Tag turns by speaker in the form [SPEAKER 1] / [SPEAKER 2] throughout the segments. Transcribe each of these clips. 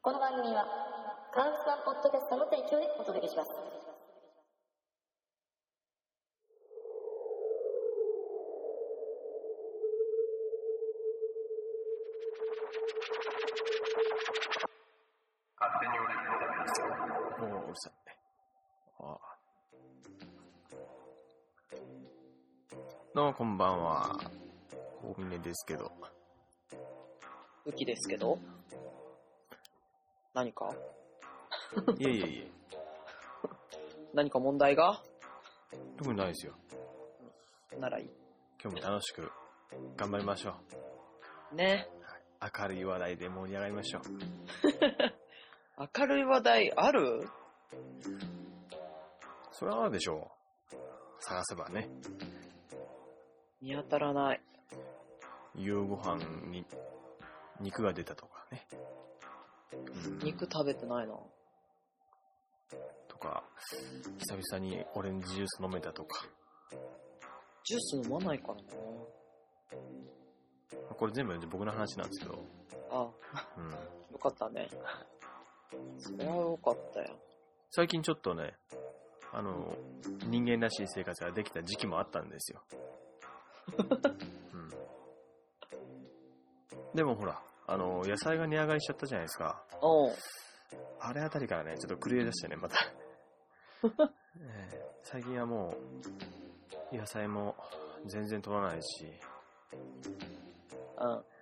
[SPEAKER 1] この番組はカウンワンポッドキャストの提供でお届けします
[SPEAKER 2] 勝手に俺のダメです。
[SPEAKER 3] もううるさい。ああどうもこんばんは。大峰ですけど。
[SPEAKER 4] 武器ですけど何か
[SPEAKER 3] いえいえいえ、
[SPEAKER 4] 何か問題が
[SPEAKER 3] 特にないですよ。
[SPEAKER 4] ならい
[SPEAKER 3] 今日も楽しく頑張りましょう。
[SPEAKER 4] い。ね。
[SPEAKER 3] 明るい話題で盛り上がりましょう。
[SPEAKER 4] 明るい話題ある
[SPEAKER 3] それはあるでしょう。探せばね、
[SPEAKER 4] 見当たらない。
[SPEAKER 3] 夕ご飯に肉が出たとかね。うん
[SPEAKER 4] 肉食べてないな。
[SPEAKER 3] とか、久々にオレンジジュース飲めたとか。
[SPEAKER 4] ジュース飲まないからな。
[SPEAKER 3] これ全部僕の話なんですけど。
[SPEAKER 4] あ
[SPEAKER 3] うん
[SPEAKER 4] よかったね。それはよかったよ。
[SPEAKER 3] 最近ちょっとね、あの、人間らしい生活ができた時期もあったんですよ。うん、でもほら、あの、野菜が値上がりしちゃったじゃないですか。
[SPEAKER 4] おう
[SPEAKER 3] あれあたりからね、ちょっと狂い出してね、また。ええ最近はもう、野菜も全然取らないし、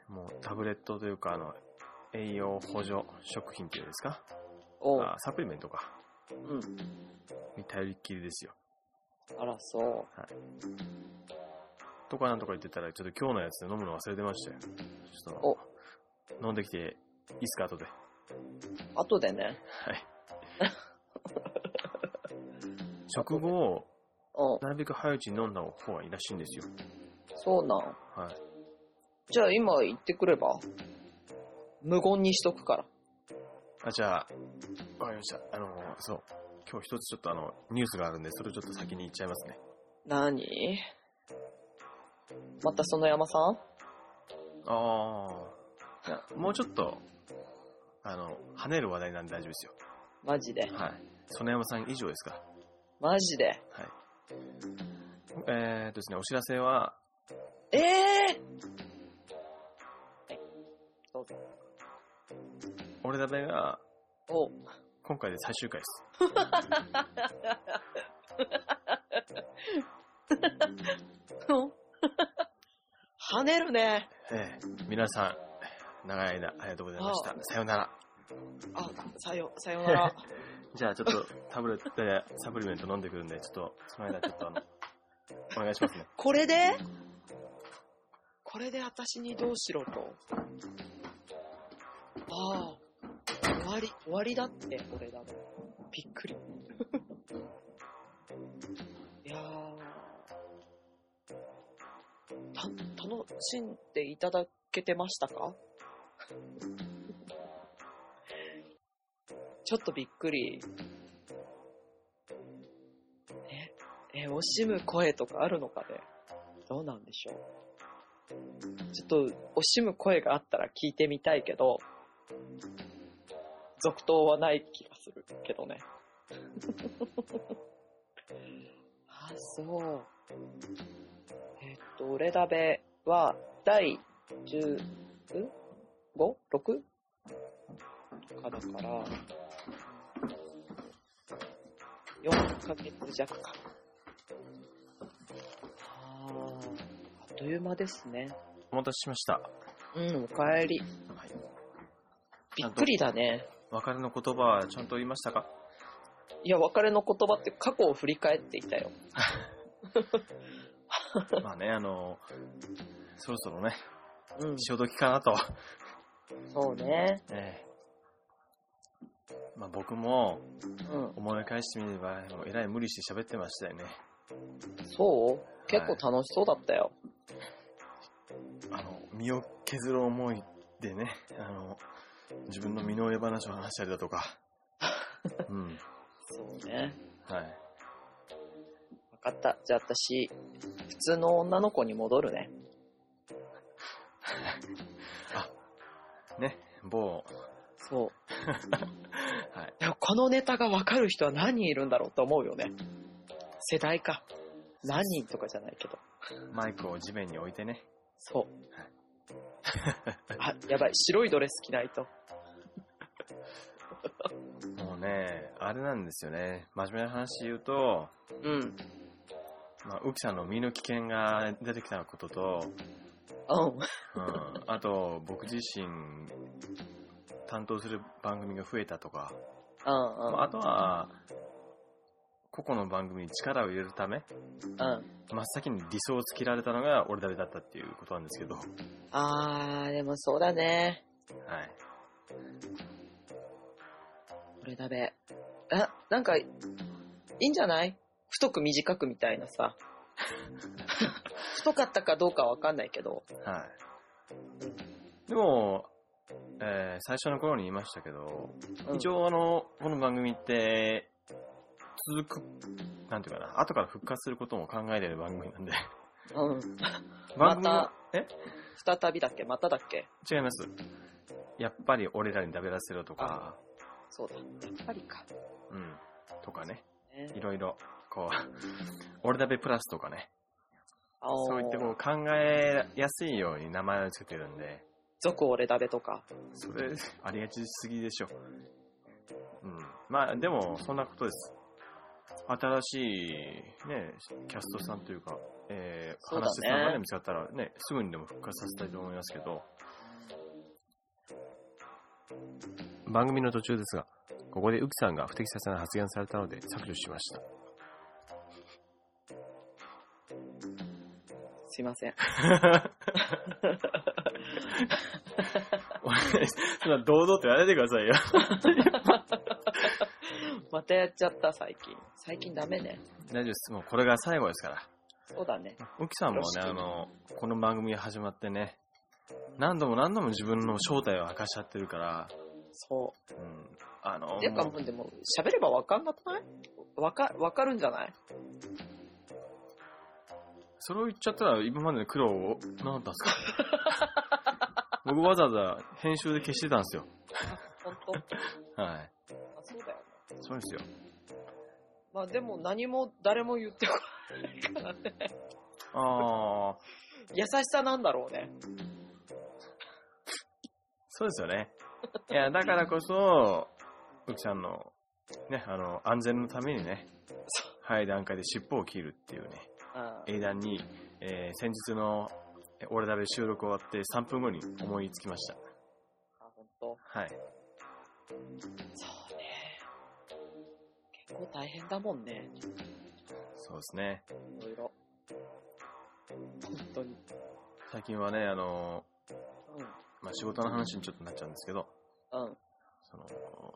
[SPEAKER 4] うん。
[SPEAKER 3] もうタブレットというか、あの、栄養補助食品っていうんですか
[SPEAKER 4] おう
[SPEAKER 3] あサプリメントか。
[SPEAKER 4] うん。
[SPEAKER 3] に頼りっきりですよ。
[SPEAKER 4] あら、そ
[SPEAKER 3] とかなんとか言ってたら、ちょっと今日のやつで飲むの忘れてましたよ。ちょっと、飲んできていいっすか、後で。
[SPEAKER 4] う。後でね。
[SPEAKER 3] はい。食後を、
[SPEAKER 4] うん。
[SPEAKER 3] なるべく早いうちに飲んだ方がいいらしいんですよ。
[SPEAKER 4] そうなん。
[SPEAKER 3] はい。
[SPEAKER 4] じゃあ今行ってくれば無言にしとくから。
[SPEAKER 3] あ、じゃあ、わかりました。あの、そう。今日一つちょっとあの、ニュースがあるんで、それをちょっと先に言っちゃいますね。
[SPEAKER 4] 何またその山さん
[SPEAKER 3] ああ。いやもうちょっと、あの、跳ねる話題なんで大丈夫ですよ。
[SPEAKER 4] マジで。
[SPEAKER 3] はい。曽根山さん以上ですか
[SPEAKER 4] マジで。
[SPEAKER 3] はい。えーっとですね、お知らせは、
[SPEAKER 4] ええはい、どうぞ。
[SPEAKER 3] 俺だめが
[SPEAKER 4] おう
[SPEAKER 3] 今回で最終回です。
[SPEAKER 4] 跳ねるね。
[SPEAKER 3] ええ皆さん、長い間ありがとうございました。さようなら。
[SPEAKER 4] あ、さよ、さよなら。
[SPEAKER 3] じゃあちょっと タブレットでサプリメント飲んでくるんで、ちょっとその間ちょっと あの、お願いしますね。
[SPEAKER 4] これでこれで私にどうしろと。ああ、終わり、終わりだって、俺だもん。びっくり。 いやー。た、楽しんでいただけてましたか ちょっとびっくり。え、え、惜しむ声とかあるのかねどうなんでしょうちょっと、惜しむ声があったら聞いてみたいけど、続投はない気がするけどね。あ、そう。えっと、俺だべは、第 15?6? かだから、4ヶ月弱か。あーあっという間ですね。
[SPEAKER 3] お待たせしました。
[SPEAKER 4] うん、おかえり。びっくりだね。
[SPEAKER 3] 別れの言葉はちゃんと言いましたか
[SPEAKER 4] いや、別れの言葉って過去を振り返っていたよ。
[SPEAKER 3] まあね、あの、そろそろね、
[SPEAKER 4] うん、
[SPEAKER 3] 潮時かなと。
[SPEAKER 4] そうね。
[SPEAKER 3] ええまあ僕も
[SPEAKER 4] うん、
[SPEAKER 3] 思い返してみれば、あのえらい無理して喋ってましたよね。
[SPEAKER 4] そう結構楽しそうだったよ。
[SPEAKER 3] あの、身を削る思いでね、あの、自分の身の上話を話したりだとか。うん。
[SPEAKER 4] そうね。
[SPEAKER 3] はい。
[SPEAKER 4] 分かった。じゃあ私、普通の女の子に戻るね。
[SPEAKER 3] ね、某、
[SPEAKER 4] そう。
[SPEAKER 3] はい。
[SPEAKER 4] でもこのネタが分かる人は何人いるんだろうと思うよね。世代か。何人とかじゃないけど。
[SPEAKER 3] マイクを地面に置いてね。
[SPEAKER 4] そう。あ、やばい。白いドレス着ないと。
[SPEAKER 3] もうね、あれなんですよね。真面目な話言うと、
[SPEAKER 4] うん。うん。
[SPEAKER 3] まあ、浮木さんの身の危険が出てきたことと、うん、あと、僕自身、担当する番組が増えたとか、
[SPEAKER 4] う
[SPEAKER 3] ま
[SPEAKER 4] ん
[SPEAKER 3] ああとは、個々の番組に力を入れるため、
[SPEAKER 4] うん。うん。
[SPEAKER 3] 真っ先に理想をつけられたのが俺だけだったっていうことなんですけど、はい。
[SPEAKER 4] あー、でもそうだね。俺だべ。え、なんか、いいんじゃない太く短くみたいなさ。太かったかどうかわかんないけど。
[SPEAKER 3] はい。でも、えー最初の頃に言いましたけど、
[SPEAKER 4] うん
[SPEAKER 3] 一応あの、この番組って、続く、なんていうかな、後から復活することも考えてる番組なん で、
[SPEAKER 4] うん。
[SPEAKER 3] 番組
[SPEAKER 4] ま
[SPEAKER 3] は、え
[SPEAKER 4] 再びだっけまただっけ
[SPEAKER 3] 違います。やっぱり俺らにダベらせろとか、
[SPEAKER 4] そうだ。やっぱりか。
[SPEAKER 3] うん、とかね、
[SPEAKER 4] ね
[SPEAKER 3] いろいろ、こう、 俺ダベプラスとかね、
[SPEAKER 4] あー
[SPEAKER 3] そういってこう考えやすいように名前をつけてるんで、
[SPEAKER 4] 俗俺だべとか。
[SPEAKER 3] それ、ありがちすぎでしょ。うん。まあ、でも、そんなことです。新しい、ね、キャストさんというか、えー、
[SPEAKER 4] そうだね
[SPEAKER 3] 話し手さんがね、見つかったらね、すぐにでも復活させたいと思いますけど、番組の途中ですが、ここで浮木さんが不適切な発言をされたので削除しま した。
[SPEAKER 4] すいま せん。
[SPEAKER 3] 俺そんな堂々とやらないでくださいよ。
[SPEAKER 4] またやっちゃった、最近。最近ダメね。
[SPEAKER 3] 大丈夫です。もうこれが最後ですから。
[SPEAKER 4] そうだね。
[SPEAKER 3] 沖さんもね、あの、この番組が始まってね、何度も何度も自分の正体を明かしちゃってるから、
[SPEAKER 4] そ
[SPEAKER 3] うん、あの、
[SPEAKER 4] う。ていうか、
[SPEAKER 3] も
[SPEAKER 4] もうでも、喋ればわかんなくないわか、わかるんじゃないう
[SPEAKER 3] それを言っちゃったら今までの苦労を、何だったんですか僕わざわざ編集で消してたんですよ。
[SPEAKER 4] 本当あ、
[SPEAKER 3] はい。
[SPEAKER 4] そうだよね。
[SPEAKER 3] そうですよ。
[SPEAKER 4] まあでも何も誰も言ってこないからね。
[SPEAKER 3] ああ、
[SPEAKER 4] 優しさなんだろうね。
[SPEAKER 3] そうですよね。いや、だからこそ、沖さんの、ね、あの、安全のためにね、早い段階で尻尾を切るっていうね。
[SPEAKER 4] うん。
[SPEAKER 3] 英断に、えー先日のえ俺だべ収録終わって3分後に思いつきました。
[SPEAKER 4] あ、本当。
[SPEAKER 3] はい。
[SPEAKER 4] そうね。結構大変だもんね。
[SPEAKER 3] そうですね。
[SPEAKER 4] いろいろ。本当に。
[SPEAKER 3] 最近はね、あの
[SPEAKER 4] う
[SPEAKER 3] ー
[SPEAKER 4] ん。
[SPEAKER 3] まあ、仕事の話にちょっとなっちゃうんですけど、
[SPEAKER 4] うん。
[SPEAKER 3] その、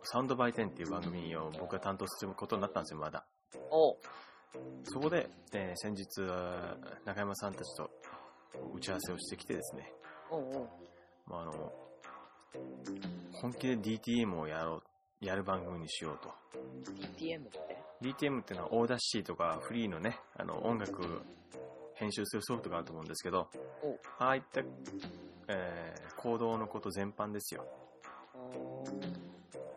[SPEAKER 3] サウンドバイテンっていう番組を僕が担当することになったんですよ、まだ。
[SPEAKER 4] おう。
[SPEAKER 3] そこで、えー先日、中山さんたちと打ち合わせをしてきてですね、
[SPEAKER 4] うんうん。
[SPEAKER 3] まあ、あの、本気で DTM をやろう、やる番組にしようと。
[SPEAKER 4] DTM って。
[SPEAKER 3] DTM っていうのはオーダーシーとかフリーのね、あの音楽編集するソフトがあると思うんですけど
[SPEAKER 4] お、
[SPEAKER 3] ああいった、えー行動のこと全般ですよ。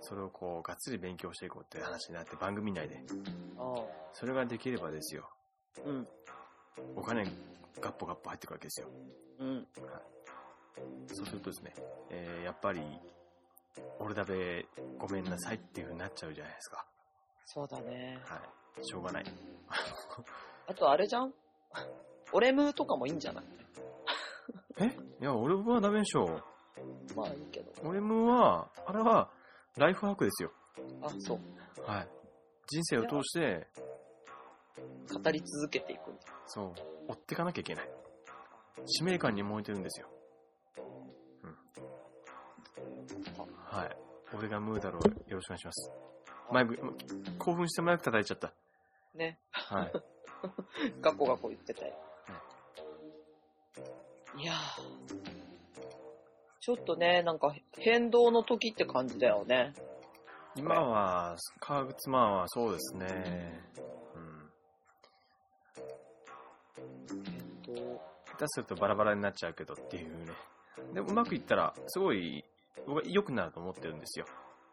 [SPEAKER 3] それをこう、がっつり勉強していこうっていう話になって番組内で。
[SPEAKER 4] ああ。
[SPEAKER 3] それができればですよ。
[SPEAKER 4] うん。
[SPEAKER 3] お金ガッポガッポ入ってくるわけですよ。
[SPEAKER 4] うん。
[SPEAKER 3] そうするとですね、えーやっぱり、俺だべごめんなさいっていう風になっちゃうじゃないですか。
[SPEAKER 4] そうだね。
[SPEAKER 3] はい。しょうがない。
[SPEAKER 4] あとあれじゃん 俺ムーとかもいいんじゃない
[SPEAKER 3] えいや、俺はダメでしょ。
[SPEAKER 4] まあいいけど。
[SPEAKER 3] 俺もは、あれは、ライフワークですよ。
[SPEAKER 4] あ、そう。
[SPEAKER 3] はい。人生を通して、
[SPEAKER 4] 語り続けていくみたい
[SPEAKER 3] そう、追っていかなきゃいけない。使命感に燃えてるんですよ。うん。はい。俺がムーだろう。よろしくお願いします。マイク、興奮してマイク叩いちゃった。
[SPEAKER 4] な。ね。
[SPEAKER 3] はい。
[SPEAKER 4] ガコガコ言ってたよ。いやー。ちょっとね、なんか変動の時って感じだよね。
[SPEAKER 3] 今は、川口マンはそうですね。うん。
[SPEAKER 4] 変動。
[SPEAKER 3] 下手するとバラバラになっちゃうけどっていうね。でもうまくいったら、すごい、僕は良くなると思ってるんですよ。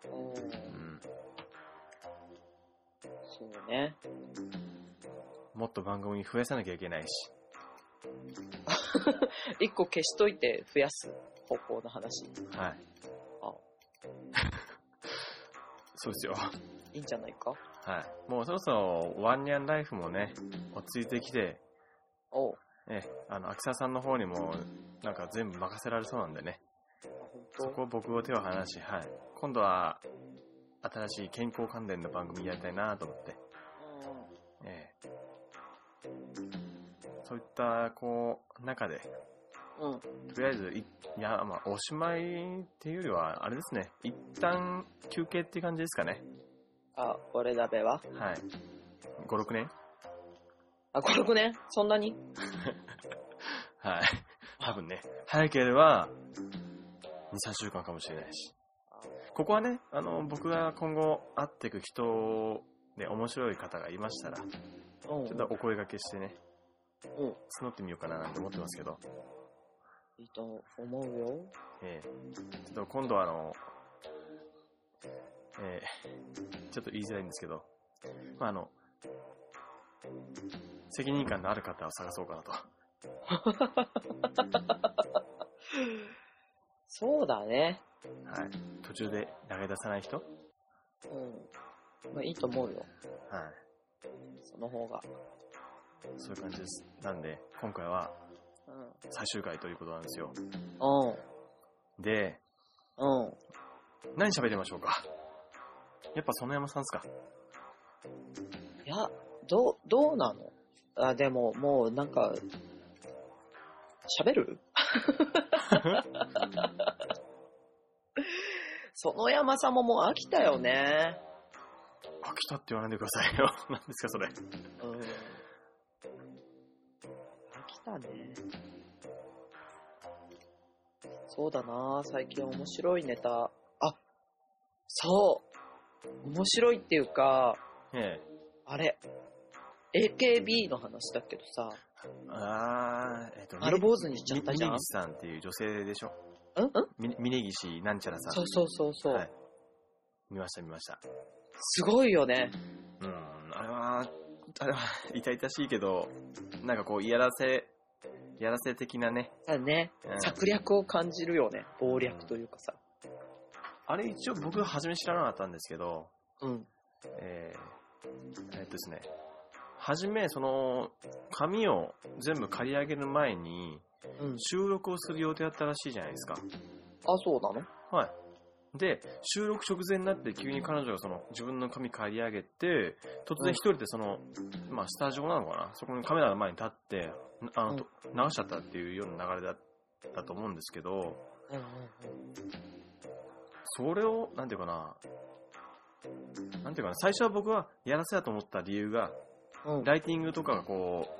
[SPEAKER 4] おー
[SPEAKER 3] うん、
[SPEAKER 4] そうね。
[SPEAKER 3] もっと番組増やさなきゃいけないし、
[SPEAKER 4] 一個消しといて増やす方法の話。
[SPEAKER 3] はい
[SPEAKER 4] あ。
[SPEAKER 3] そうですよ。
[SPEAKER 4] いいんじゃないか
[SPEAKER 3] はい。もうそろそろワンニャンライフもね、落ち着いてきて、
[SPEAKER 4] おう。
[SPEAKER 3] ええ、あの、秋沢さんの方にも、なんか全部任せられそうなんでね。
[SPEAKER 4] あ本
[SPEAKER 3] そこを僕を手を離し、はい。今度は、新しい健康関連の番組やりたいなと思って。
[SPEAKER 4] 当うん
[SPEAKER 3] ええ。そういった、こう、中で、
[SPEAKER 4] うん。
[SPEAKER 3] とりあえずい、いや、まあ、おしまいっていうよりは、あれですね。一旦休憩っていう感じですかね。
[SPEAKER 4] あ、俺だべは
[SPEAKER 3] はい。5、6年
[SPEAKER 4] あ、5、6年そんなに
[SPEAKER 3] はい。 多分ね、早ければ、2、3週間かもしれないし。ここはね、あの、僕が今後会っていく人で面白い方がいましたら、ち
[SPEAKER 4] う
[SPEAKER 3] ょ
[SPEAKER 4] ん。
[SPEAKER 3] っとお声掛けしてね、
[SPEAKER 4] うん
[SPEAKER 3] 募ってみようかななんて思ってますけど、
[SPEAKER 4] いいと思うよ。
[SPEAKER 3] ええちょっと今度はあの、ええちょっと言いづらいんですけど、まあ、あの、責任感のある方を探そうかなと。
[SPEAKER 4] そうだね。
[SPEAKER 3] はい。途中で投げ出さない人はい。
[SPEAKER 4] うん。まあ、いいと思うよ。その方が。
[SPEAKER 3] そういう感じです。なんで、今回は
[SPEAKER 4] うん。
[SPEAKER 3] 最終回ということなんですよ。
[SPEAKER 4] うん。
[SPEAKER 3] で、
[SPEAKER 4] うん。
[SPEAKER 3] 何喋りましょうかやっぱ園山さんですか
[SPEAKER 4] いや、どう、どうなのあ、でも、もう、なんか、喋 る園山さんももう飽きたよね。
[SPEAKER 3] 飽きたって言わないでくださいよ。 何ですかそれ。
[SPEAKER 4] うん。飽きたね。そうだな最近面白いネタ。あ、そう面白いっていうか、
[SPEAKER 3] ええ。
[SPEAKER 4] あれ、AKB の話だけどさ、
[SPEAKER 3] あー、えっと、
[SPEAKER 4] 丸坊主にしちゃ
[SPEAKER 3] み
[SPEAKER 4] ったじゃ
[SPEAKER 3] 峰
[SPEAKER 4] ん。
[SPEAKER 3] 岸さんっていう女性でしょ
[SPEAKER 4] うんうん
[SPEAKER 3] み峰岸なんちゃらさん。
[SPEAKER 4] そうそうそうそう、
[SPEAKER 3] はい。見ました見ました。
[SPEAKER 4] すごいよね。
[SPEAKER 3] うん、あれは、あれは 痛々しいけど、なんかこう、やらせ、やらせ的なね。
[SPEAKER 4] だね、
[SPEAKER 3] うん
[SPEAKER 4] 策略を感じるよね。謀略というかさ。
[SPEAKER 3] あれ一応僕初め知らなかったんですけど、
[SPEAKER 4] うん。
[SPEAKER 3] えーえっとですね、はじめ、その、紙を全部借り上げる前に、
[SPEAKER 4] うん。
[SPEAKER 3] 収録をする予定だったらしいじゃないですか。
[SPEAKER 4] あ、そうなの
[SPEAKER 3] はい。で、収録直前になって急に彼女がその自分の紙借り上げて、突然一人でその、まあスタジオなのかなそこにカメラの前に立って、あの、
[SPEAKER 4] うん
[SPEAKER 3] と流しちゃったっていうような流れだったと思うんですけど、
[SPEAKER 4] うんうん
[SPEAKER 3] それを、なんていうかな、なんていうかな、最初は僕はやらせだと思った理由が、
[SPEAKER 4] うん。うん。
[SPEAKER 3] ライティングとかがこう、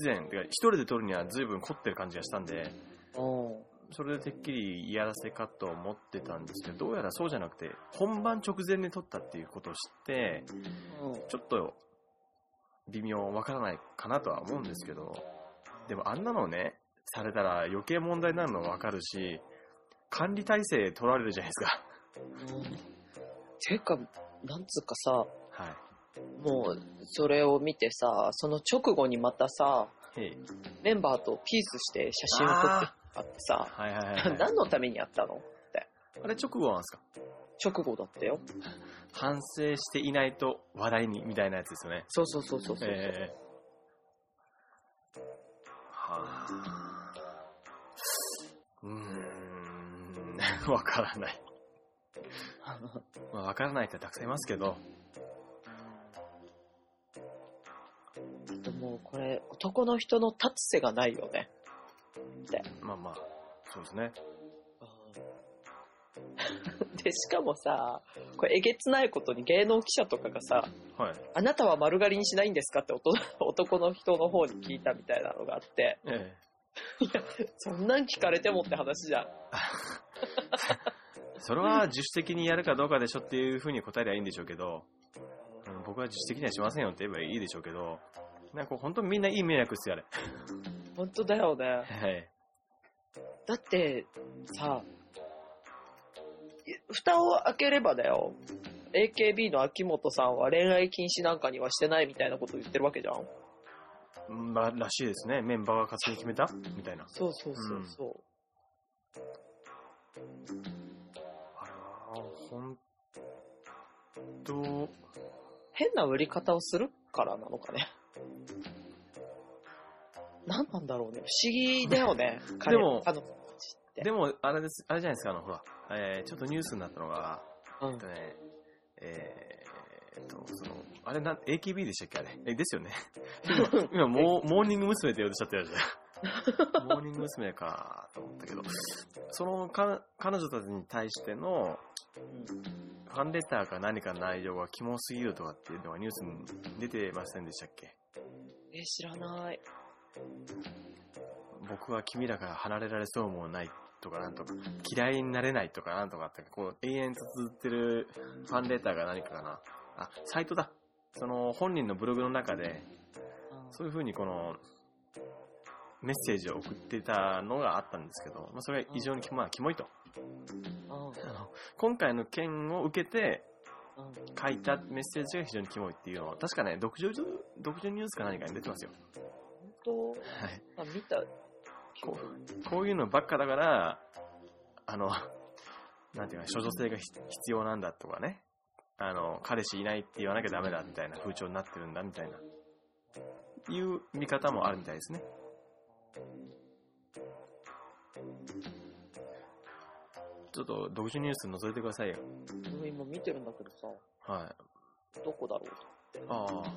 [SPEAKER 3] 不自然、てか一人で撮るには随分凝ってる感じがしたんで、
[SPEAKER 4] うん
[SPEAKER 3] それでてっきりやらせかと思ってたんですけど、どうやらそうじゃなくて、本番直前に撮ったっていうことを知って、
[SPEAKER 4] うん。
[SPEAKER 3] ちょっと微妙わからないかなとは思うんですけど、でもあんなのね、されたら余計問題になるのわかるし、管理体制取られるじゃないです
[SPEAKER 4] うんていうか、なんつうかさ、
[SPEAKER 3] か。はい。
[SPEAKER 4] もう、それを見てさ、その直後にまたさ、
[SPEAKER 3] へい。
[SPEAKER 4] メンバーとピースして写真を撮ってあってさ、
[SPEAKER 3] はいはいはい、はい。
[SPEAKER 4] 何のためにやったの
[SPEAKER 3] あれ直後なんですか
[SPEAKER 4] 直後だったよ。
[SPEAKER 3] 反省していないと話題に、みたいなやつですよね。
[SPEAKER 4] そうそうそうそうそう、
[SPEAKER 3] えー、はあうーん わからない、まあ、わからないってたくさんいますけど
[SPEAKER 4] あともうこれ、男の人の立つ瀬がないよね。
[SPEAKER 3] まあまあそうですね
[SPEAKER 4] で、しかもさ、これえげつないことに芸能記者とかがさ、
[SPEAKER 3] はい
[SPEAKER 4] あなたは丸刈りにしないんですかって男 男の人の方に聞いたみたいなのがあって、
[SPEAKER 3] え
[SPEAKER 4] そんなん聞かれてもって話じゃん。
[SPEAKER 3] えそれは自主的にやるかどうかでしょっていうふうに答えりゃいいんでしょうけど、うん僕は自主的にはしませんよって言えばいいでしょうけどなんか本当みんないい迷惑っすよあれ
[SPEAKER 4] 本当だよね。
[SPEAKER 3] はい
[SPEAKER 4] だって、さ、蓋を開ければだよ。AKB の秋元さんは恋愛禁止なんかにはしてないみたいなこと言ってるわけじゃん。
[SPEAKER 3] うんまあ、らしいですね。メンバーが勝手に決めたみたいな。
[SPEAKER 4] そうそうそうそう。
[SPEAKER 3] あら、ほんと、
[SPEAKER 4] 変な売り方をするからなのかね。何なんだろうね。不思議だよ ね。彼
[SPEAKER 3] でも
[SPEAKER 4] 彼女たちって。
[SPEAKER 3] でも、あれです、あれじゃないですか、あの、ほら、えー、ちょっとニュースになったのが、
[SPEAKER 4] う
[SPEAKER 3] えっ
[SPEAKER 4] ん
[SPEAKER 3] とね、えーっと、その、あれなん、AKB でしたっけあれ。え、ですよね。 今、モーモーニング娘。って呼んでしちゃったやつだモーニング娘。かと思ったけど、そのか、彼女たちに対しての、ファンレターか何かの内容がキモすぎるとかっていうのがニュースに出てませんでしたっけ
[SPEAKER 4] え、知らない。
[SPEAKER 3] 僕は君らから離れられそうもないとかなんとか、嫌いになれないとかなんとかって、こう、永遠と続ってるファンレターが何かかな。あ、サイトだ。その、本人のブログの中で、そういう風にこの、メッセージを送ってたのがあったんですけど、まあ、それが異常にき、まあ、キモいと。
[SPEAKER 4] うんうん
[SPEAKER 3] あの今回の件を受けて
[SPEAKER 4] うん
[SPEAKER 3] 書いたメッセージが非常にキモいっていうのは、確かね、独自、独自ニュースか何かに出てますよ。
[SPEAKER 4] 本
[SPEAKER 3] はい。
[SPEAKER 4] 当あ見た。
[SPEAKER 3] こうこういうのばっかだから、あの、なんていうか、処女性がひ必要なんだとかね、あの、彼氏いないって言わなきゃダメだみたいな風潮になってるんだみたいな、いう見方もあるみたいですね。ちょっと独自ニュース覗いてくださいよ。
[SPEAKER 4] 今見てるんだけどさ、
[SPEAKER 3] はい。
[SPEAKER 4] どこだろう
[SPEAKER 3] ああ。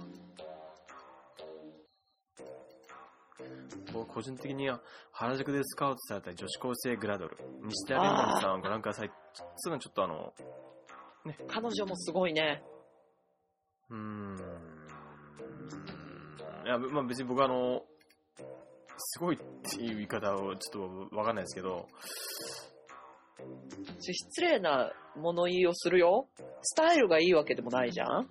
[SPEAKER 3] 僕個人的には原宿でスカウトされた女子高生グラドル西田玲奈さんをご覧くださいすぐにちょっとあの
[SPEAKER 4] 彼女もすごいね。
[SPEAKER 3] うーんいや、まあ、別に僕はあのすごいっていう言い方をちょっとわかんないですけど
[SPEAKER 4] ちょ失礼な物言いをするよ。スタイルがいいわけでもないじゃん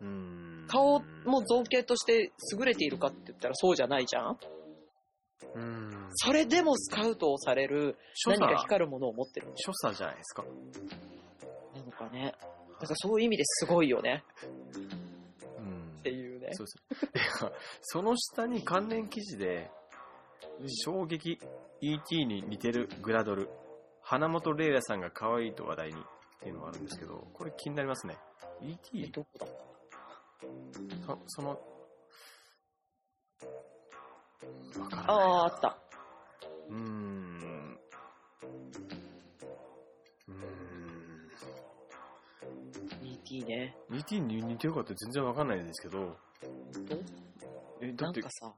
[SPEAKER 3] うーん
[SPEAKER 4] 顔も造形として優れているかって言ったらそうじゃないじゃん
[SPEAKER 3] うーん
[SPEAKER 4] それでもスカウトをされる
[SPEAKER 3] 所
[SPEAKER 4] 何
[SPEAKER 3] 作
[SPEAKER 4] か光るものを持ってるんでし
[SPEAKER 3] 所作じゃないですか
[SPEAKER 4] ょなのかね。だからそういう意味ですごいよね。
[SPEAKER 3] うん
[SPEAKER 4] っていうね。
[SPEAKER 3] そうです。 でその下に関連記事で、衝撃、ET に似てるグラドル、花本玲奈さんが可愛いと話題にっていうのがあるんですけど、これ気になりますね。
[SPEAKER 4] え
[SPEAKER 3] ET?
[SPEAKER 4] どこだ
[SPEAKER 3] そその、わから
[SPEAKER 4] あ
[SPEAKER 3] ない。
[SPEAKER 4] あ、あった。
[SPEAKER 3] うーん。うー
[SPEAKER 4] ET ね。
[SPEAKER 3] ん。ET に似てるかって全然わかんないですけど、え、だ
[SPEAKER 4] な
[SPEAKER 3] っ
[SPEAKER 4] ん
[SPEAKER 3] て、
[SPEAKER 4] かさ、
[SPEAKER 3] は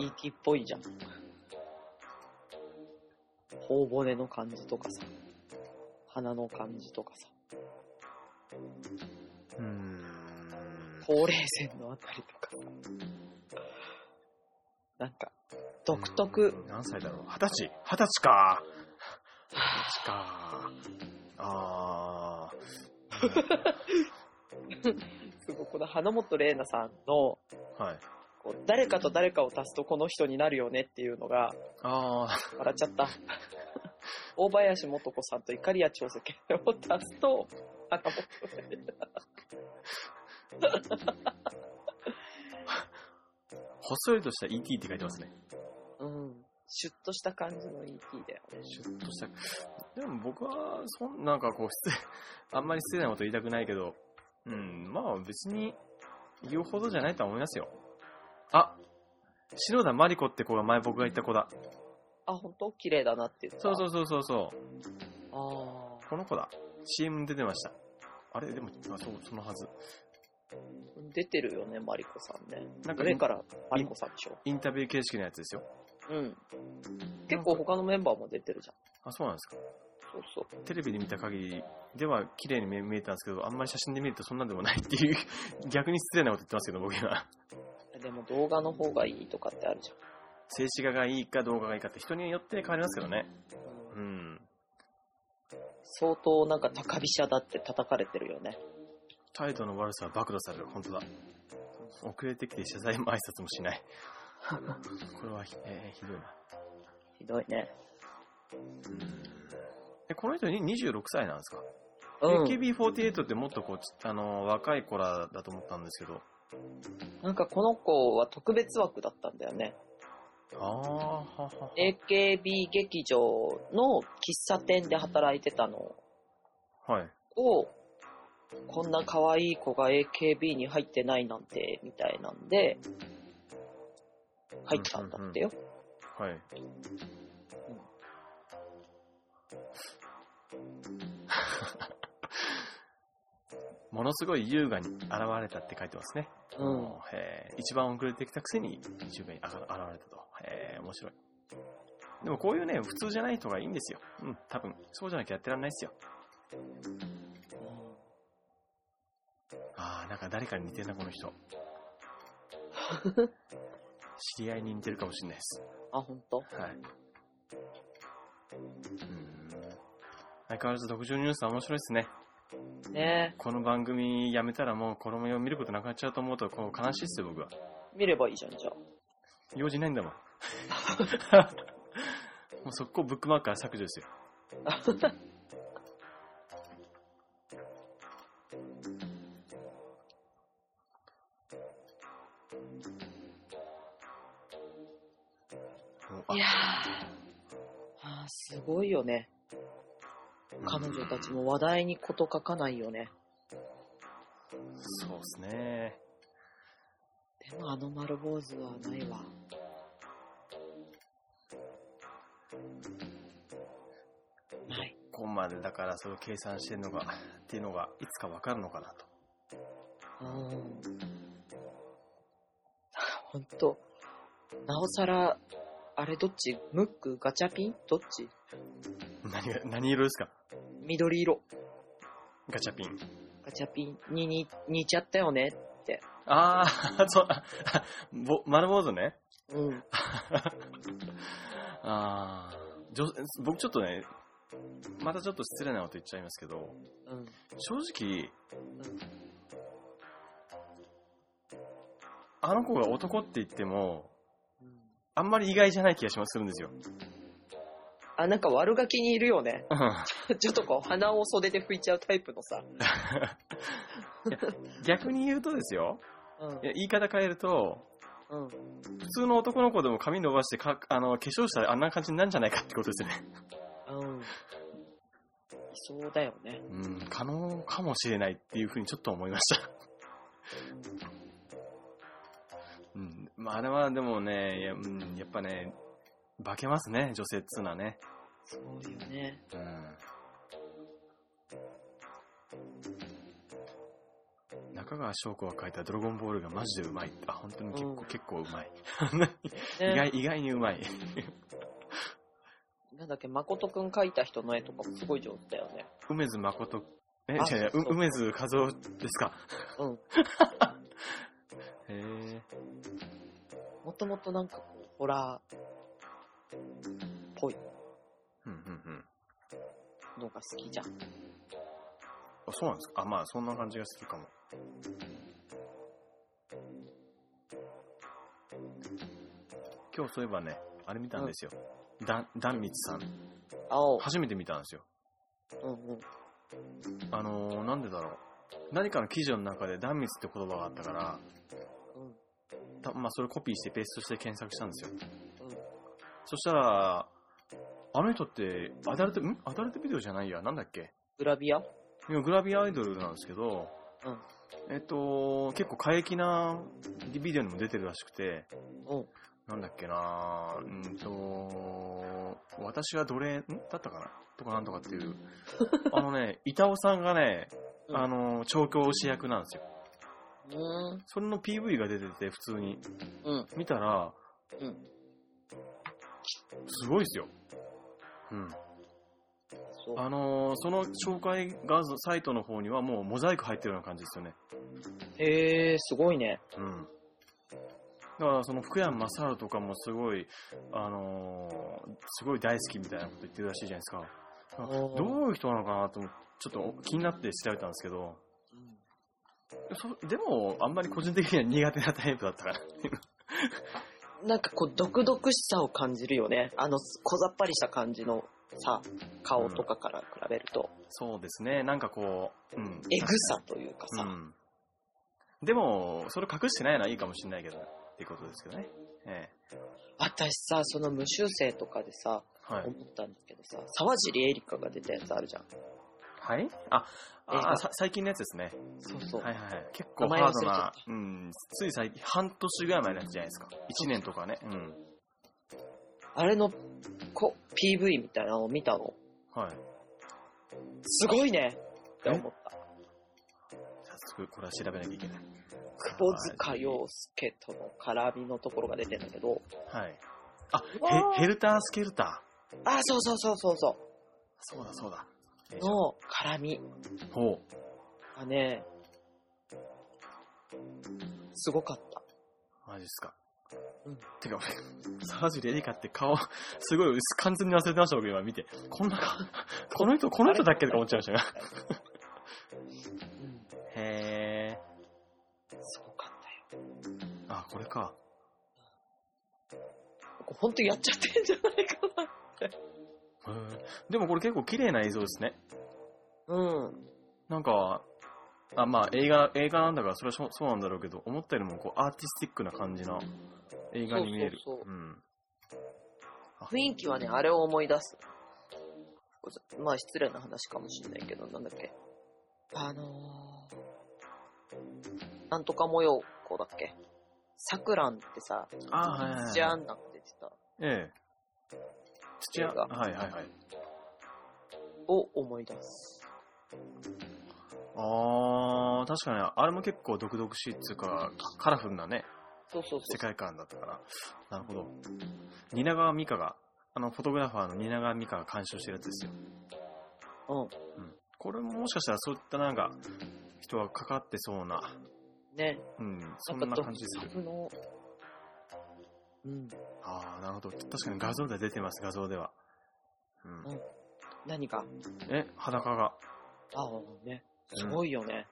[SPEAKER 3] い
[SPEAKER 4] ET っぽいじゃん。頬骨の感じとかさ、鼻の感じとかさ、
[SPEAKER 3] うーん。
[SPEAKER 4] ほうれい線のあたりとかさ。なんか、独特。
[SPEAKER 3] うん何歳だろう二十歳二十歳か二十歳かあ
[SPEAKER 4] すごいこの花本玲奈さんの、
[SPEAKER 3] ーはい
[SPEAKER 4] こう誰かと誰かを足すとこの人になるよねっていうのが、
[SPEAKER 3] ああ
[SPEAKER 4] 笑っち ゃった。大林素子さんと怒りや長介を足すと、あの、
[SPEAKER 3] ほっそりとした ET って書いてますね
[SPEAKER 4] うん。シュッとした感じの ET だよね。
[SPEAKER 3] シュッとしたでも僕はそんなんかこう失礼あんまり失礼なこと言いたくないけどうんまあ別に言うほどじゃないとは思いますよあ篠田真理子って子が前僕が言った子だ
[SPEAKER 4] あ、本当綺麗だなって言った。。
[SPEAKER 3] そうそううそうそうそう
[SPEAKER 4] ああ。
[SPEAKER 3] この子だ CM に出てましたあれでもあそうそのはず
[SPEAKER 4] 出てるよね、マリコさんね。
[SPEAKER 3] なんか
[SPEAKER 4] 上からマリコさんでしょ。
[SPEAKER 3] インタビュー形式のやつですよ
[SPEAKER 4] うん。結構他のメンバーも出てるじゃん。
[SPEAKER 3] あそうなんですか
[SPEAKER 4] そうそう。
[SPEAKER 3] テレビで見た限りでは綺麗に見見えたんですけど、あんまり写真で見るとそんなんでもないっていう、 逆に失礼なこと言ってますけど、僕今。
[SPEAKER 4] でも動画の方がいいとかってあるじゃん。
[SPEAKER 3] 静止画がいいか動画がいいかって人によって変わりますけどね。
[SPEAKER 4] う
[SPEAKER 3] う
[SPEAKER 4] ん
[SPEAKER 3] ん。
[SPEAKER 4] 相当なんか高飛車だって叩かれてるよね。
[SPEAKER 3] 態度の悪さは暴露される、本当だ。遅れてきて謝罪も挨拶もしない。 これはひ、えーひどいな。
[SPEAKER 4] ひどいね。
[SPEAKER 3] うんえこの人に26歳なんですか、
[SPEAKER 4] うん。
[SPEAKER 3] AKB48 ってもっとこうちあの若い子らだと思ったんですけど
[SPEAKER 4] なんかこの子は特別枠だったんだよね。
[SPEAKER 3] ああはは
[SPEAKER 4] AKB 劇場の喫茶店で働いてたの
[SPEAKER 3] はい
[SPEAKER 4] を、こんな可愛い子が AKB に入ってないなんて、みたいなんで、入ったんだってよ。
[SPEAKER 3] はい、 ものすごい優雅に現れたって書いてますね、
[SPEAKER 4] うん。
[SPEAKER 3] へー一番遅れてきたくせに1番にあが現れたとへえ面白いでもこういうね普通じゃない人がいいんですようん多分そうじゃなきゃやってらんないですよあーなんか誰かに似てるなこの 人知り合いに似てるかもしれないです
[SPEAKER 4] あ、ほんと
[SPEAKER 3] はい。相変わらず特上ニュースは面白いですね。
[SPEAKER 4] ね
[SPEAKER 3] この番組やめたらもうこの模様見ることなくなっちゃうと思うとこう悲しいっすよ、僕は。
[SPEAKER 4] え見ればいいじゃん、じゃあ。
[SPEAKER 3] 用事ないんだもん。 もう速攻ブックマークから削除ですよ。
[SPEAKER 4] いやーあーすごいよね。彼女たちも話題にこと書かないよね。
[SPEAKER 3] そうですね。
[SPEAKER 4] でもあの丸坊主はないわ。ない。
[SPEAKER 3] ここまでだからそれを計算してるのが、っていうのがいつかわかるのかなと。
[SPEAKER 4] うん。ほんと。なおさら、あれどっちムックガチャピンどっち
[SPEAKER 3] 何が、何色ですか
[SPEAKER 4] 緑色。
[SPEAKER 3] ガチャピン。
[SPEAKER 4] ガチャピンにに似ちゃったよね。
[SPEAKER 3] ああ、 そう、あぼ丸坊主ね。
[SPEAKER 4] うん。
[SPEAKER 3] ああ、女僕ちょっとね、またちょっと失礼なこと言っちゃいますけど、
[SPEAKER 4] うん。
[SPEAKER 3] 正直、あの子が男って言っても、
[SPEAKER 4] うん。
[SPEAKER 3] あんまり意外じゃない気がしまするんですよ。
[SPEAKER 4] あ、なんか悪ガキにいるよね。
[SPEAKER 3] うん
[SPEAKER 4] ちょっとこう、鼻を袖で拭いちゃうタイプのさ。
[SPEAKER 3] 逆に言うとですよ、
[SPEAKER 4] うん
[SPEAKER 3] い。や言い方変えると、
[SPEAKER 4] うん。
[SPEAKER 3] 普通の男の子でも髪伸ばしてかあの化粧したらあんな感じになるんじゃないかってことですよね。
[SPEAKER 4] うん。いそうだよね。
[SPEAKER 3] うん、可能かもしれないっていうふうにちょっと思いました。うん、まあ、あれはでもね、いやうんやっぱね、化けますね、女性っつうのはね。
[SPEAKER 4] そうよね。
[SPEAKER 3] うん。中川翔子が書いたドラゴンボールがマジでうまい。あ、本当に結構、
[SPEAKER 4] うん
[SPEAKER 3] 結構うまい。意
[SPEAKER 4] ね
[SPEAKER 3] 外、意外にうまい。
[SPEAKER 4] なんだっけ、誠くん描いた人の絵とかもすごい上手だよね。
[SPEAKER 3] 梅津誠、え、違
[SPEAKER 4] あ
[SPEAKER 3] う違う、
[SPEAKER 4] そう
[SPEAKER 3] う梅津和夫ですか。
[SPEAKER 4] うん。
[SPEAKER 3] へえ。
[SPEAKER 4] もともとなんかこう、ホラーっぽい
[SPEAKER 3] うんうんうん。
[SPEAKER 4] のが好きじゃん。
[SPEAKER 3] あそうなんですかあ、まあ、そんな感じがするかも。今日そういえばね、あれ見たんですよ。だ壇蜜さん。
[SPEAKER 4] 青。
[SPEAKER 3] 初めて見たんですよ。
[SPEAKER 4] うんうん。
[SPEAKER 3] あのー、なんでだろう。何かの記事の中で壇蜜って言葉があったから、
[SPEAKER 4] うん。
[SPEAKER 3] たまあ、それコピーしてペーストして検索したんですよ。
[SPEAKER 4] うん。
[SPEAKER 3] そしたら、あの人って、アダルト、んアダルトビデオじゃないや。なんだっけ
[SPEAKER 4] グラビア
[SPEAKER 3] いやグラビアアイドルなんですけど、
[SPEAKER 4] うん
[SPEAKER 3] えっと、結構過激なビデオにも出てるらしくて、
[SPEAKER 4] うん。
[SPEAKER 3] なんだっけなうんと、私が奴隷、んだったかなとかなんとかっていう。あの ね、板尾さんがね、
[SPEAKER 4] うん
[SPEAKER 3] あの、調教師役なんですよ。
[SPEAKER 4] う
[SPEAKER 3] それの PV が出てて、普通に。
[SPEAKER 4] ーん。うん。
[SPEAKER 3] 見たら、
[SPEAKER 4] うん。
[SPEAKER 3] すごいですよ。うん。
[SPEAKER 4] そう。
[SPEAKER 3] あのーその紹介画像、サイトの方にはもうモザイク入ってるような感じですよね。
[SPEAKER 4] へえー、すごいね。
[SPEAKER 3] うん。だからその福山雅治とかもすごい、あのーすごい大好きみたいなこと言ってるらしいじゃないですか。あ
[SPEAKER 4] おー
[SPEAKER 3] どういう人なのかなと思って、ちょっと気になって調べたんですけど、
[SPEAKER 4] うん
[SPEAKER 3] そでも、あんまり個人的には苦手なタイプだったから。
[SPEAKER 4] なんかこう、独々しさを感じるよね。あの、小ざっぱりした感じのさ、顔とかから比べると、
[SPEAKER 3] そうですね。なんかこう、うん。
[SPEAKER 4] えぐさというか
[SPEAKER 3] う
[SPEAKER 4] さ、
[SPEAKER 3] ん。でも、それ隠してないのはいいかもしれないけど、っていうことですけどね。え
[SPEAKER 4] 私さ、その無修正とかでさ、
[SPEAKER 3] え。はい。
[SPEAKER 4] 思ったんだけどさ、沢尻エリカが出たやつあるじゃん。
[SPEAKER 3] はいあ、あ
[SPEAKER 4] 映画
[SPEAKER 3] さ最近のやつですね。
[SPEAKER 4] そうそう。
[SPEAKER 3] はいはいはい。結構
[SPEAKER 4] 名前
[SPEAKER 3] ハ
[SPEAKER 4] 忘
[SPEAKER 3] ー
[SPEAKER 4] れ
[SPEAKER 3] ド
[SPEAKER 4] ちゃ
[SPEAKER 3] な
[SPEAKER 4] った、
[SPEAKER 3] うん、つい最近、半年ぐらい前のやつじゃないですか。1年とかね。うん。
[SPEAKER 4] あれのこ PV みたいなのを見たの。
[SPEAKER 3] はい。
[SPEAKER 4] すごいねって思った。
[SPEAKER 3] 早速、これは調べなきゃいけない。
[SPEAKER 4] 久保塚洋介との絡みのところが出てんだけど、
[SPEAKER 3] はい。あ
[SPEAKER 4] わー、
[SPEAKER 3] ヘヘルタースケルター。
[SPEAKER 4] あ、そうそうそうそうそ
[SPEAKER 3] そうだそうだ。
[SPEAKER 4] う、の絡み
[SPEAKER 3] ほう。
[SPEAKER 4] がね、すごかった。
[SPEAKER 3] マジっすか。
[SPEAKER 4] うん
[SPEAKER 3] てか、俺、沢尻エリカって顔、すごい薄完全に忘れてました、僕今見て。こんな顔、この人、この人だっけとか思っちゃいましたね。
[SPEAKER 4] うん、
[SPEAKER 3] へ
[SPEAKER 4] すごかったよ。
[SPEAKER 3] ー。あ、これか。
[SPEAKER 4] これ本当にやっちゃってんじゃないかな。
[SPEAKER 3] へーでもこれ結構綺麗な映像ですね。
[SPEAKER 4] うん。
[SPEAKER 3] なんか、あ、まあ映画、映画なんだから、それはそうそうなんだろうけど、思ったよりもこう、アーティスティックな感じの映画に見える。
[SPEAKER 4] そうそうそ
[SPEAKER 3] うん。
[SPEAKER 4] 雰囲気はね、あれを思い出す。まあ失礼な話かもしれないけど、なんだっけ。あのー、なんとか模様子だっけ。さくらんってさ、
[SPEAKER 3] あー、はいはい、はい。
[SPEAKER 4] 土屋アンナが出てた
[SPEAKER 3] ええ。土屋、
[SPEAKER 4] 映画
[SPEAKER 3] はいはいはい。
[SPEAKER 4] を思い出す。
[SPEAKER 3] あー、確かに、あれも結構毒々しいっていうか、カラフルなね、
[SPEAKER 4] そうそう
[SPEAKER 3] 世
[SPEAKER 4] そう。
[SPEAKER 3] 界観だったから。なるほど。蜷川美香が、あの、フォトグラファーの蜷川美香が監修してるやつですよ。
[SPEAKER 4] う
[SPEAKER 3] うん。これももしかしたらそういったなんか、人はかかってそうな、
[SPEAKER 4] ん。ね。
[SPEAKER 3] うん、そん
[SPEAKER 4] なん
[SPEAKER 3] な
[SPEAKER 4] か
[SPEAKER 3] 感じです
[SPEAKER 4] 独
[SPEAKER 3] る。
[SPEAKER 4] 特の、うん。
[SPEAKER 3] あー、なるほど。確かに画像では出てます、画像では。うん。
[SPEAKER 4] うん何か。
[SPEAKER 3] え、裸が。
[SPEAKER 4] ああ、ね。すごいよね。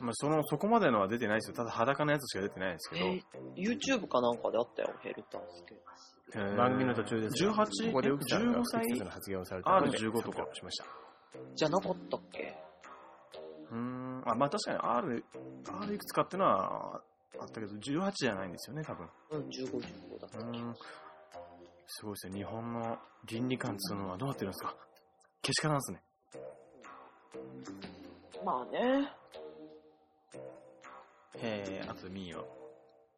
[SPEAKER 3] まあ、その、そこまでのは出てないですよ。ただ裸のやつしか出てないですけど。
[SPEAKER 4] えー YouTube かなんかであったよ、ヘルタースケ。
[SPEAKER 2] 番組の途中ですが。
[SPEAKER 3] 18
[SPEAKER 2] ここで奥さん
[SPEAKER 3] 15
[SPEAKER 2] が不
[SPEAKER 3] 歳
[SPEAKER 2] 適切な発言をされたので、
[SPEAKER 3] R15 とか
[SPEAKER 2] 削除しました。
[SPEAKER 4] じゃなかったっけ
[SPEAKER 3] うーん。あ、まあ確かに R、R いくつかってのはあったけど、18じゃないんですよね、多分。
[SPEAKER 4] うん、15、15だった
[SPEAKER 3] う
[SPEAKER 4] っけ。
[SPEAKER 3] ーん。すごいですね。日本の倫理観っつうのはどうなってるんですかけしからんですね。
[SPEAKER 4] まあね。
[SPEAKER 3] へえ、あとミーよ。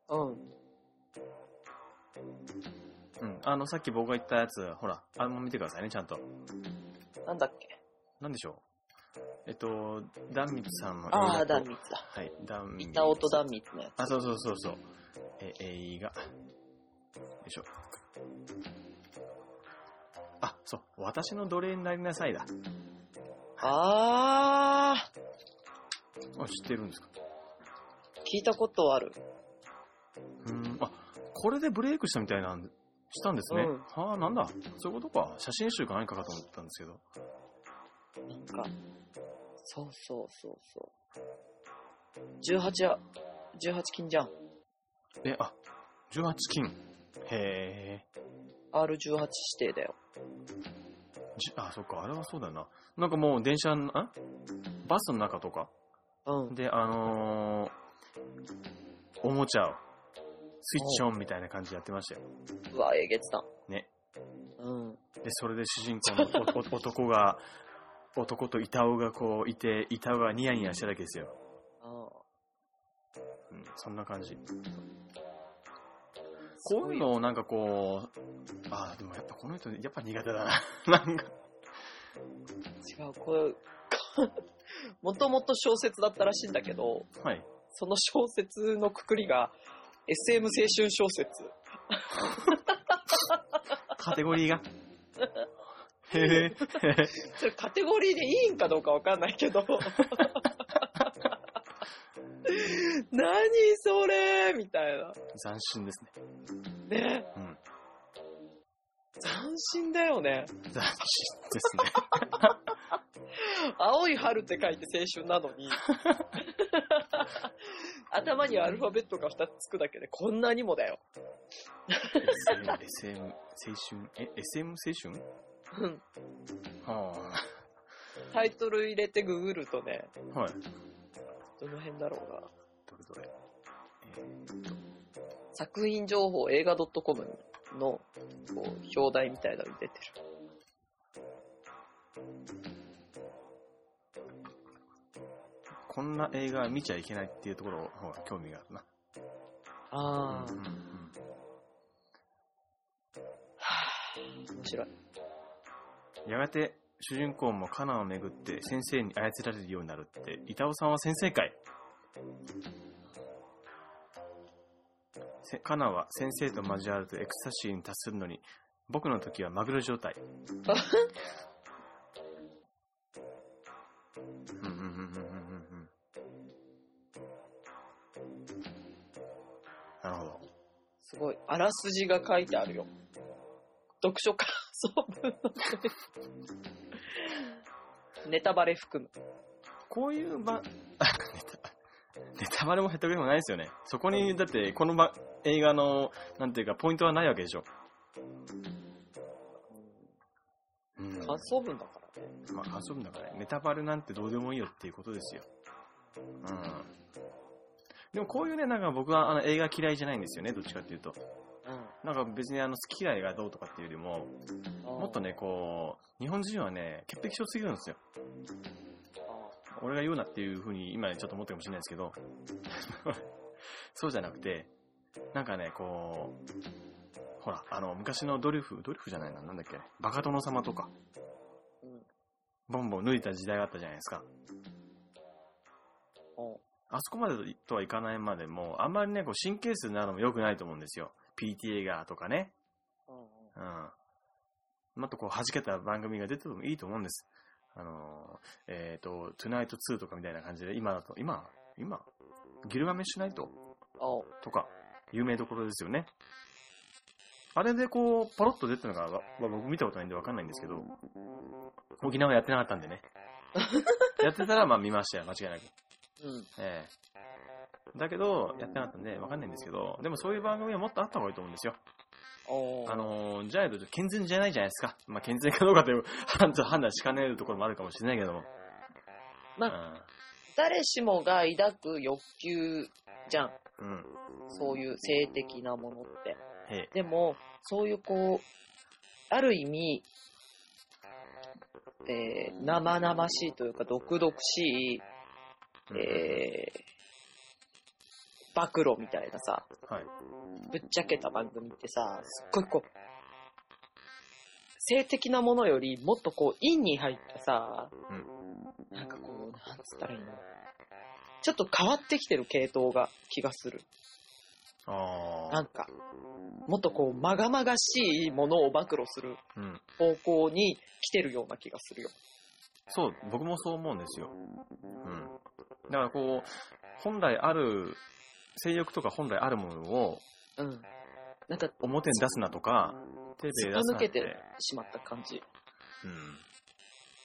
[SPEAKER 4] う
[SPEAKER 3] う
[SPEAKER 4] ん。
[SPEAKER 3] ん。あの、さっき僕が言ったやつ、ほら、あれも見てくださいね、ちゃんと。
[SPEAKER 4] なんだっけ
[SPEAKER 3] なんでしょうえっと、ダンミツさんの映画と。
[SPEAKER 4] ああ、ダンミツだ。
[SPEAKER 3] はい、ダンミツ。
[SPEAKER 4] 板音ダンミツのや
[SPEAKER 3] あ、そうそうそうそう。え、映画。よいしょ。あ、そう。私の奴隷になりなさいだ。
[SPEAKER 4] つ。ああ、
[SPEAKER 3] あ、知ってるんですか
[SPEAKER 4] 聞いたことある。
[SPEAKER 3] うーん。あ、これでブレイクしたみたいなん、したんですね。
[SPEAKER 4] うん
[SPEAKER 3] はあ、なんだ。そういうことか。写真集か何かかと思ったんですけど。
[SPEAKER 4] なんか、そうそうそうそう。18は、18金じゃん。
[SPEAKER 3] え、あ、18金。へえ。
[SPEAKER 4] R18 指定だよ。
[SPEAKER 3] じあ、そっか。あれはそうだよな。なんかもう電車の、んバスの中とか
[SPEAKER 4] うん。
[SPEAKER 3] で、あのーおもちゃを、スイッチオンみたいな感じでやってましたよ。
[SPEAKER 4] うわ、えげつだ。
[SPEAKER 3] ね。
[SPEAKER 4] うん。
[SPEAKER 3] で、それで主人公のお お男が、男と板尾がこういて、板尾がニヤニヤしてるわけですよ。
[SPEAKER 4] あ
[SPEAKER 3] うん、そんな感じ。こういうのをなんかこう、ああ、でもやっぱこの人、やっぱ苦手だな。 なんか、
[SPEAKER 4] ー違う、 これ、もともと小説だったらしいんだけど、
[SPEAKER 3] はい。
[SPEAKER 4] その小説のくくりが、SM 青春小説。
[SPEAKER 3] カテゴリーが。へえ。
[SPEAKER 4] それカテゴリーでいいんかどうかわかんないけ ど。何それみたいな。
[SPEAKER 3] 斬新ですね。
[SPEAKER 4] ね。
[SPEAKER 3] うん
[SPEAKER 4] 斬新だよね。
[SPEAKER 3] 斬新ですね。
[SPEAKER 4] 青い春って書いて青春なの に。頭にアルファベットが2つつくだけでこんなにもだよ。
[SPEAKER 3] SM、SM 青春、え、SM 青春
[SPEAKER 4] うん
[SPEAKER 3] は
[SPEAKER 4] タイトル入れてググるとね、
[SPEAKER 3] あ。はい。
[SPEAKER 4] どの辺だろうな。
[SPEAKER 3] どれどれ。
[SPEAKER 4] 作品情報映画 .com のこう表題みたいなのに出てる。
[SPEAKER 3] こんな映画見ちゃいけないっていうところの方が興味があるな。
[SPEAKER 4] あ
[SPEAKER 3] うんうん
[SPEAKER 4] 面白い。
[SPEAKER 3] うんやがて、主人公もカナをめぐって先生に操られるようになるって、板尾さんは先生かいせカナは先生と交わるとエクスタシーに達するのに、僕の時はマグロ状態。うんうんうんうんうんうんうんなるほど。
[SPEAKER 4] すごい。あらすじが書いてあるよ。読書感想文のネタバレ含む。
[SPEAKER 3] こういう 場、ネタバレもヘッドゲもないですよね。そこに、だって、この場、映画の、なんていうか、ポイントはないわけでしょ。うん。
[SPEAKER 4] 感想文だからね。
[SPEAKER 3] まあ、遊ぶんだからね。ネタバレなんてどうでもいいよっていうことですよ。うん。でもこういうね、なんか僕はあの映画嫌いじゃないんですよね、どっちかっていうと。なんか別にあの好き嫌いがどうとかっていうよりも、
[SPEAKER 4] うん。
[SPEAKER 3] もっとね、こう、日本人はね、潔癖症すぎるんですよ。
[SPEAKER 4] あー。
[SPEAKER 3] 俺が言うなっていうふうに今ちょっと思ったかもしれないですけど、 そうじゃなくて、なんかね、こう、ほら、あの、昔のドリフ、ドリフじゃないな、なんだっけ、バカ殿様とか、
[SPEAKER 4] うん
[SPEAKER 3] ボンボン抜いた時代があったじゃないですか。
[SPEAKER 4] うん
[SPEAKER 3] あそこまでとはいかないまでも、あんまりね、こう神経質になるのも良くないと思うんですよ。PTA がとかね、
[SPEAKER 4] うんうん
[SPEAKER 3] うん。もっとこう弾けた番組が出てもいいと思うんです。あのー、えっ、と、トゥナイト2とかみたいな感じで、今だと、今、今、ギルガメッシュナイト
[SPEAKER 4] あ
[SPEAKER 3] とか、有名どころですよね。あれでこう、ポロッと出たのが、わわ僕見たことないんでわかんないんですけど、沖縄やってなかったんでね。やってたら、まあ見ましたよ、間違いなく。
[SPEAKER 4] うん。
[SPEAKER 3] ええだけど、やってなかったんで、わかんないんですけど、でもそういう番組はもっとあった方がいいと思うんですよ。
[SPEAKER 4] あー
[SPEAKER 3] あのー、ジャイアント、健全じゃないじゃないですか。まあ、健全かどうかという判断判断しかねるところもあるかもしれないけども。まあ、
[SPEAKER 4] 誰しもが抱く欲求じゃん。
[SPEAKER 3] うん。うん。
[SPEAKER 4] そういう性的なものって。
[SPEAKER 3] へえ
[SPEAKER 4] でも、そういうこう、ある意味、えー生々しいというか、毒々しい、えー暴露みたいなさ、
[SPEAKER 3] はい
[SPEAKER 4] ぶっちゃけた番組ってさ、すっごいこう、性的なものよりもっとこう、陰に入ったさ、なんかこう、なんつったらいいのちょっと変わってきてる系統が気がする。
[SPEAKER 3] あ
[SPEAKER 4] な
[SPEAKER 3] あ
[SPEAKER 4] ん。か、もっとこう、まがまがしいものを暴露する
[SPEAKER 3] うん。
[SPEAKER 4] 方向に来てるような気がするよ。
[SPEAKER 3] そう、僕もそう思うんですよ。うん。だからこう、本来ある、性欲とか本来あるものを
[SPEAKER 4] うん。なんか、
[SPEAKER 3] 表に出すなとか、手
[SPEAKER 4] すっ
[SPEAKER 3] で
[SPEAKER 4] ぱ
[SPEAKER 3] 出す
[SPEAKER 4] 抜
[SPEAKER 3] な
[SPEAKER 4] け
[SPEAKER 3] ってて。
[SPEAKER 4] しまった感じ。
[SPEAKER 3] うん。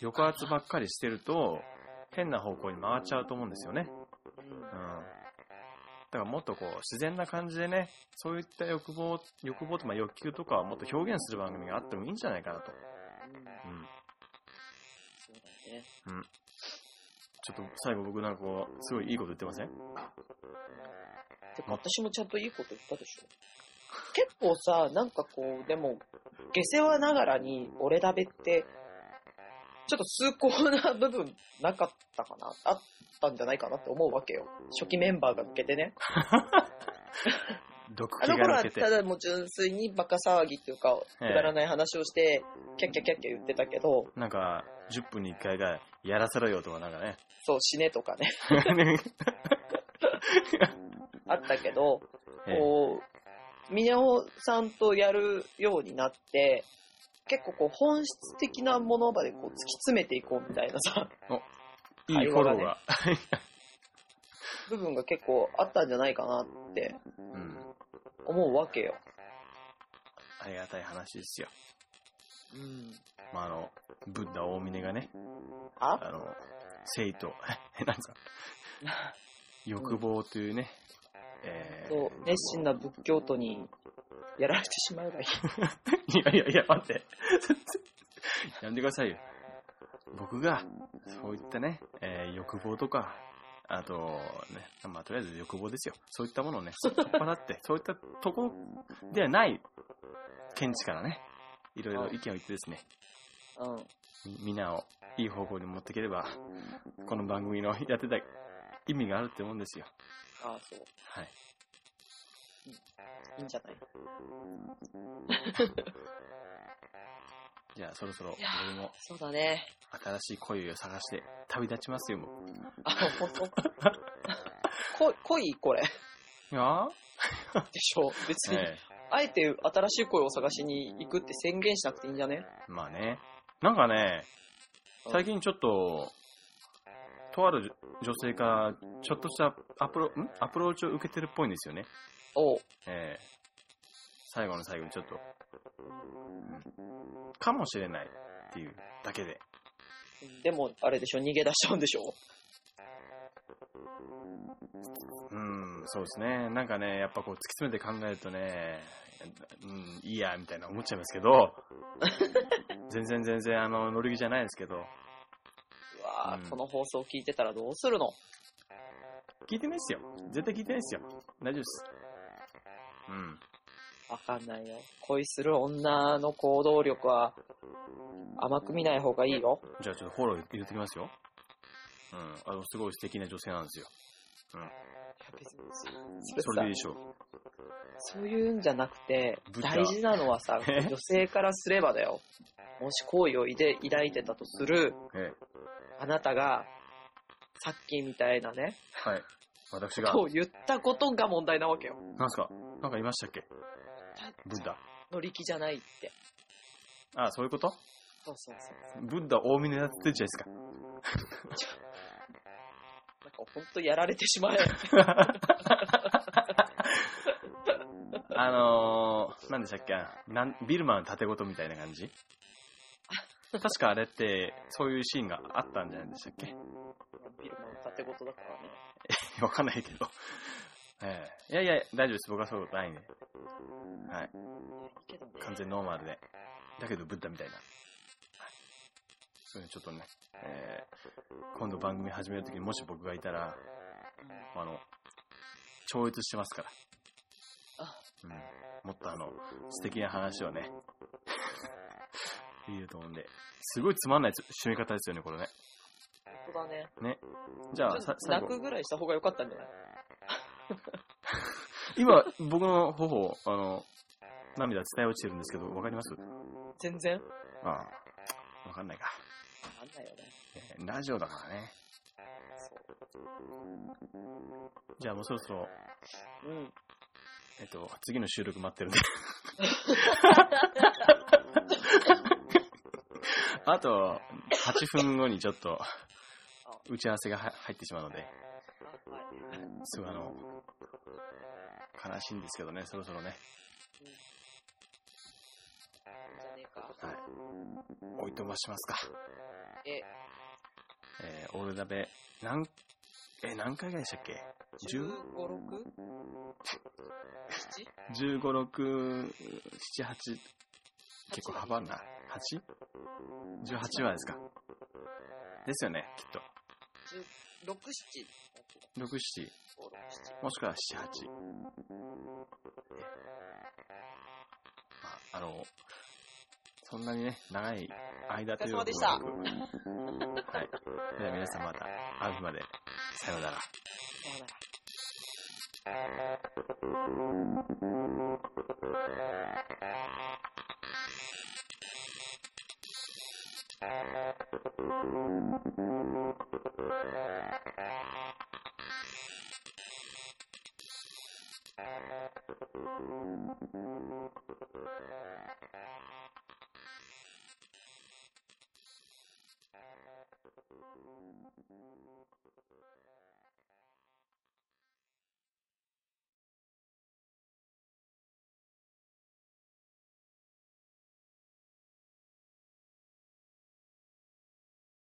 [SPEAKER 3] 抑圧ばっかりしてると、変な方向に回っちゃうと思うんですよね。うん。だからもっとこう、自然な感じでね、そういった欲望、欲望とか欲求とかはもっと表現する番組があってもいいんじゃないかなと。
[SPEAKER 4] うん
[SPEAKER 3] うん。
[SPEAKER 4] そうだね。
[SPEAKER 3] ちょっと最後僕なんかこう、すごいいいこと言ってません
[SPEAKER 4] てか、私もちゃんといいこと言ったでしょ。結構さ、なんかこう、でも、下世話ながらに、俺だべって、ちょっと崇高な部分なかったかな、あったんじゃないかなって思うわけよ。初期メンバーが抜けてね。
[SPEAKER 3] 毒
[SPEAKER 4] あ
[SPEAKER 3] 気
[SPEAKER 4] の頃
[SPEAKER 3] が抜
[SPEAKER 4] は
[SPEAKER 3] けて
[SPEAKER 4] た。だもう純粋にバカ騒ぎっていうか、く
[SPEAKER 3] ええ
[SPEAKER 4] だらない話をして、キャッキャキャッキャ言ってたけど、
[SPEAKER 3] なんか、10分に1回が、やらせろよとかなんか ね。
[SPEAKER 4] そう死ねとかね、あったけど、
[SPEAKER 3] ええ
[SPEAKER 4] こう、峰尾さんとやるようになって、結構こう本質的なものまでこう突き詰めていこうみたいなさ、
[SPEAKER 3] いいフォローが。
[SPEAKER 4] 部分が結構あったんじゃないかなって
[SPEAKER 3] うん。
[SPEAKER 4] 思うわけよ。
[SPEAKER 3] ありがたい話ですよ。
[SPEAKER 4] うん。
[SPEAKER 3] まあ、あの、ブッダ大峰がね、
[SPEAKER 4] あ
[SPEAKER 3] あの、生と、 え、なんですか、欲望というね、えー、
[SPEAKER 4] そう、熱心な仏教徒にやられてしまえばいい。
[SPEAKER 3] いやいやいや、待って。やめてくださいよ。僕が、そういったね、えー欲望とか、あと、ね、まあ、とりあえず欲望ですよ。そういったものをね、取っ払って、そういったとこではない、見地からね、いろいろ意見を言ってですね、
[SPEAKER 4] うん。
[SPEAKER 3] みみんなをいい方向に持っていければ、この番組のやってた意味があるってもんですよ。
[SPEAKER 4] ああ、そう。
[SPEAKER 3] はい。
[SPEAKER 4] いいんじゃない
[SPEAKER 3] じゃあ、そろそろ
[SPEAKER 4] いやー
[SPEAKER 3] 僕も
[SPEAKER 4] そうだね。
[SPEAKER 3] 新しい恋を探して旅立ちますよ、もう。
[SPEAKER 4] あ、ほんと こ濃いこれ。
[SPEAKER 3] い や
[SPEAKER 4] でしょ別
[SPEAKER 3] ー
[SPEAKER 4] に、あえて新しい声を探しに行くって宣言しなくていいんじゃね
[SPEAKER 3] まあね。なんかね、最近ちょっと、とある女性から、ちょっとしたアプロ、んアプローチを受けてるっぽいんですよね。
[SPEAKER 4] おう
[SPEAKER 3] ええ最後の最後にちょっと、うんかもしれないっていうだけで。
[SPEAKER 4] でも、あれでしょ逃げ出しちゃうんでしょ
[SPEAKER 3] うん、そうですね。なんかね、やっぱこう突き詰めて考えるとね、うん、いいや、みたいな思っちゃいますけど、全然全然、あの、乗り気じゃないですけど、
[SPEAKER 4] うわ
[SPEAKER 3] う
[SPEAKER 4] ー
[SPEAKER 3] ん
[SPEAKER 4] この放送聞いてたらどうするの
[SPEAKER 3] 聞いてないっすよ。絶対聞いてないっすよ。大丈夫っす。うん。
[SPEAKER 4] わかんないよ。恋する女の行動力は甘く見ない方がいいよ。
[SPEAKER 3] じゃあちょっとフォロー入れてきますよ。うん。あの、すごい素敵な女性なんですよ。
[SPEAKER 4] いや別にさ
[SPEAKER 3] そ
[SPEAKER 4] そ
[SPEAKER 3] れでいい
[SPEAKER 4] れ
[SPEAKER 3] で
[SPEAKER 4] さ
[SPEAKER 3] しょう。
[SPEAKER 4] そういうんじゃなくて、
[SPEAKER 3] ブチャ、
[SPEAKER 4] 大事なのはさ
[SPEAKER 3] え
[SPEAKER 4] 女性からすればだよ。もし好意をいで抱いてたとする、
[SPEAKER 3] ええ。
[SPEAKER 4] あなたが、さっきみたいなね、
[SPEAKER 3] はい。私が、
[SPEAKER 4] こう言ったことが問題なわけよ。
[SPEAKER 3] なんすかなんかいましたっけブッダ。
[SPEAKER 4] 乗り気じゃないって。
[SPEAKER 3] ああ、そういうこと
[SPEAKER 4] そうそうそう。
[SPEAKER 3] ブッダ大峰だって言ってんじゃ
[SPEAKER 4] なんか本当やられてし まえ。
[SPEAKER 3] ないですか。 あのー、なんでしたっけなんビルマン縦ごとみたいな感じ確かあれって、そういうシーンがあったんじゃないでしたっけ
[SPEAKER 4] ビルマン縦ごとだからね。
[SPEAKER 3] わかんないけど。ええいやいや、大丈夫です。僕はそういうことないんで。はい。
[SPEAKER 4] いいけどね。
[SPEAKER 3] 完全ノーマルで。だけどブッダみたいな。そういうのちょっとね、えー今度番組始めるときにもし僕がいたら、あの、超越してますから。
[SPEAKER 4] あ
[SPEAKER 3] うん、もっとあの、素敵な話をね、 言えると思うんで。すごいつまんないつ締め方ですよね、これね。
[SPEAKER 4] 本当だね。
[SPEAKER 3] じゃあ、さ最
[SPEAKER 4] 泣
[SPEAKER 3] 後
[SPEAKER 4] く。ぐらいした方が良かったんじゃない
[SPEAKER 3] 今、僕の頬、あの、涙伝え落ちてるんですけど、わかります
[SPEAKER 4] 全然。
[SPEAKER 3] ああ、わかんないか。
[SPEAKER 4] あんないよね。
[SPEAKER 3] えーラジオだからね。
[SPEAKER 4] そ
[SPEAKER 3] じゃあもうそろそろ、
[SPEAKER 4] う。うん。
[SPEAKER 3] えっと、次の収録待 ってるんで。あと、8分後にちょっと、打ち合わせがは入ってしまうので、
[SPEAKER 4] あはい。
[SPEAKER 3] すごいあの、悲しいんですけどね、そろそろね、
[SPEAKER 4] じゃねえか。
[SPEAKER 3] おいとましますか。
[SPEAKER 4] え、
[SPEAKER 3] えー、オールダベ、何、え、何回ぐらいでしたっけ
[SPEAKER 4] 15、
[SPEAKER 3] 10
[SPEAKER 4] 6?7?
[SPEAKER 3] 15、6、7、8、結構幅あるな。8?18 話ですか。ですよね、きっと。6、
[SPEAKER 4] 6、7?
[SPEAKER 3] 7。
[SPEAKER 4] 5、6、7。
[SPEAKER 3] もしくは7、8。まあ、あの、そんなにね、長い間という
[SPEAKER 4] お疲れ様でした
[SPEAKER 3] こともなくはい。では皆さんまた会う日まで。さようなら。
[SPEAKER 4] さよなら。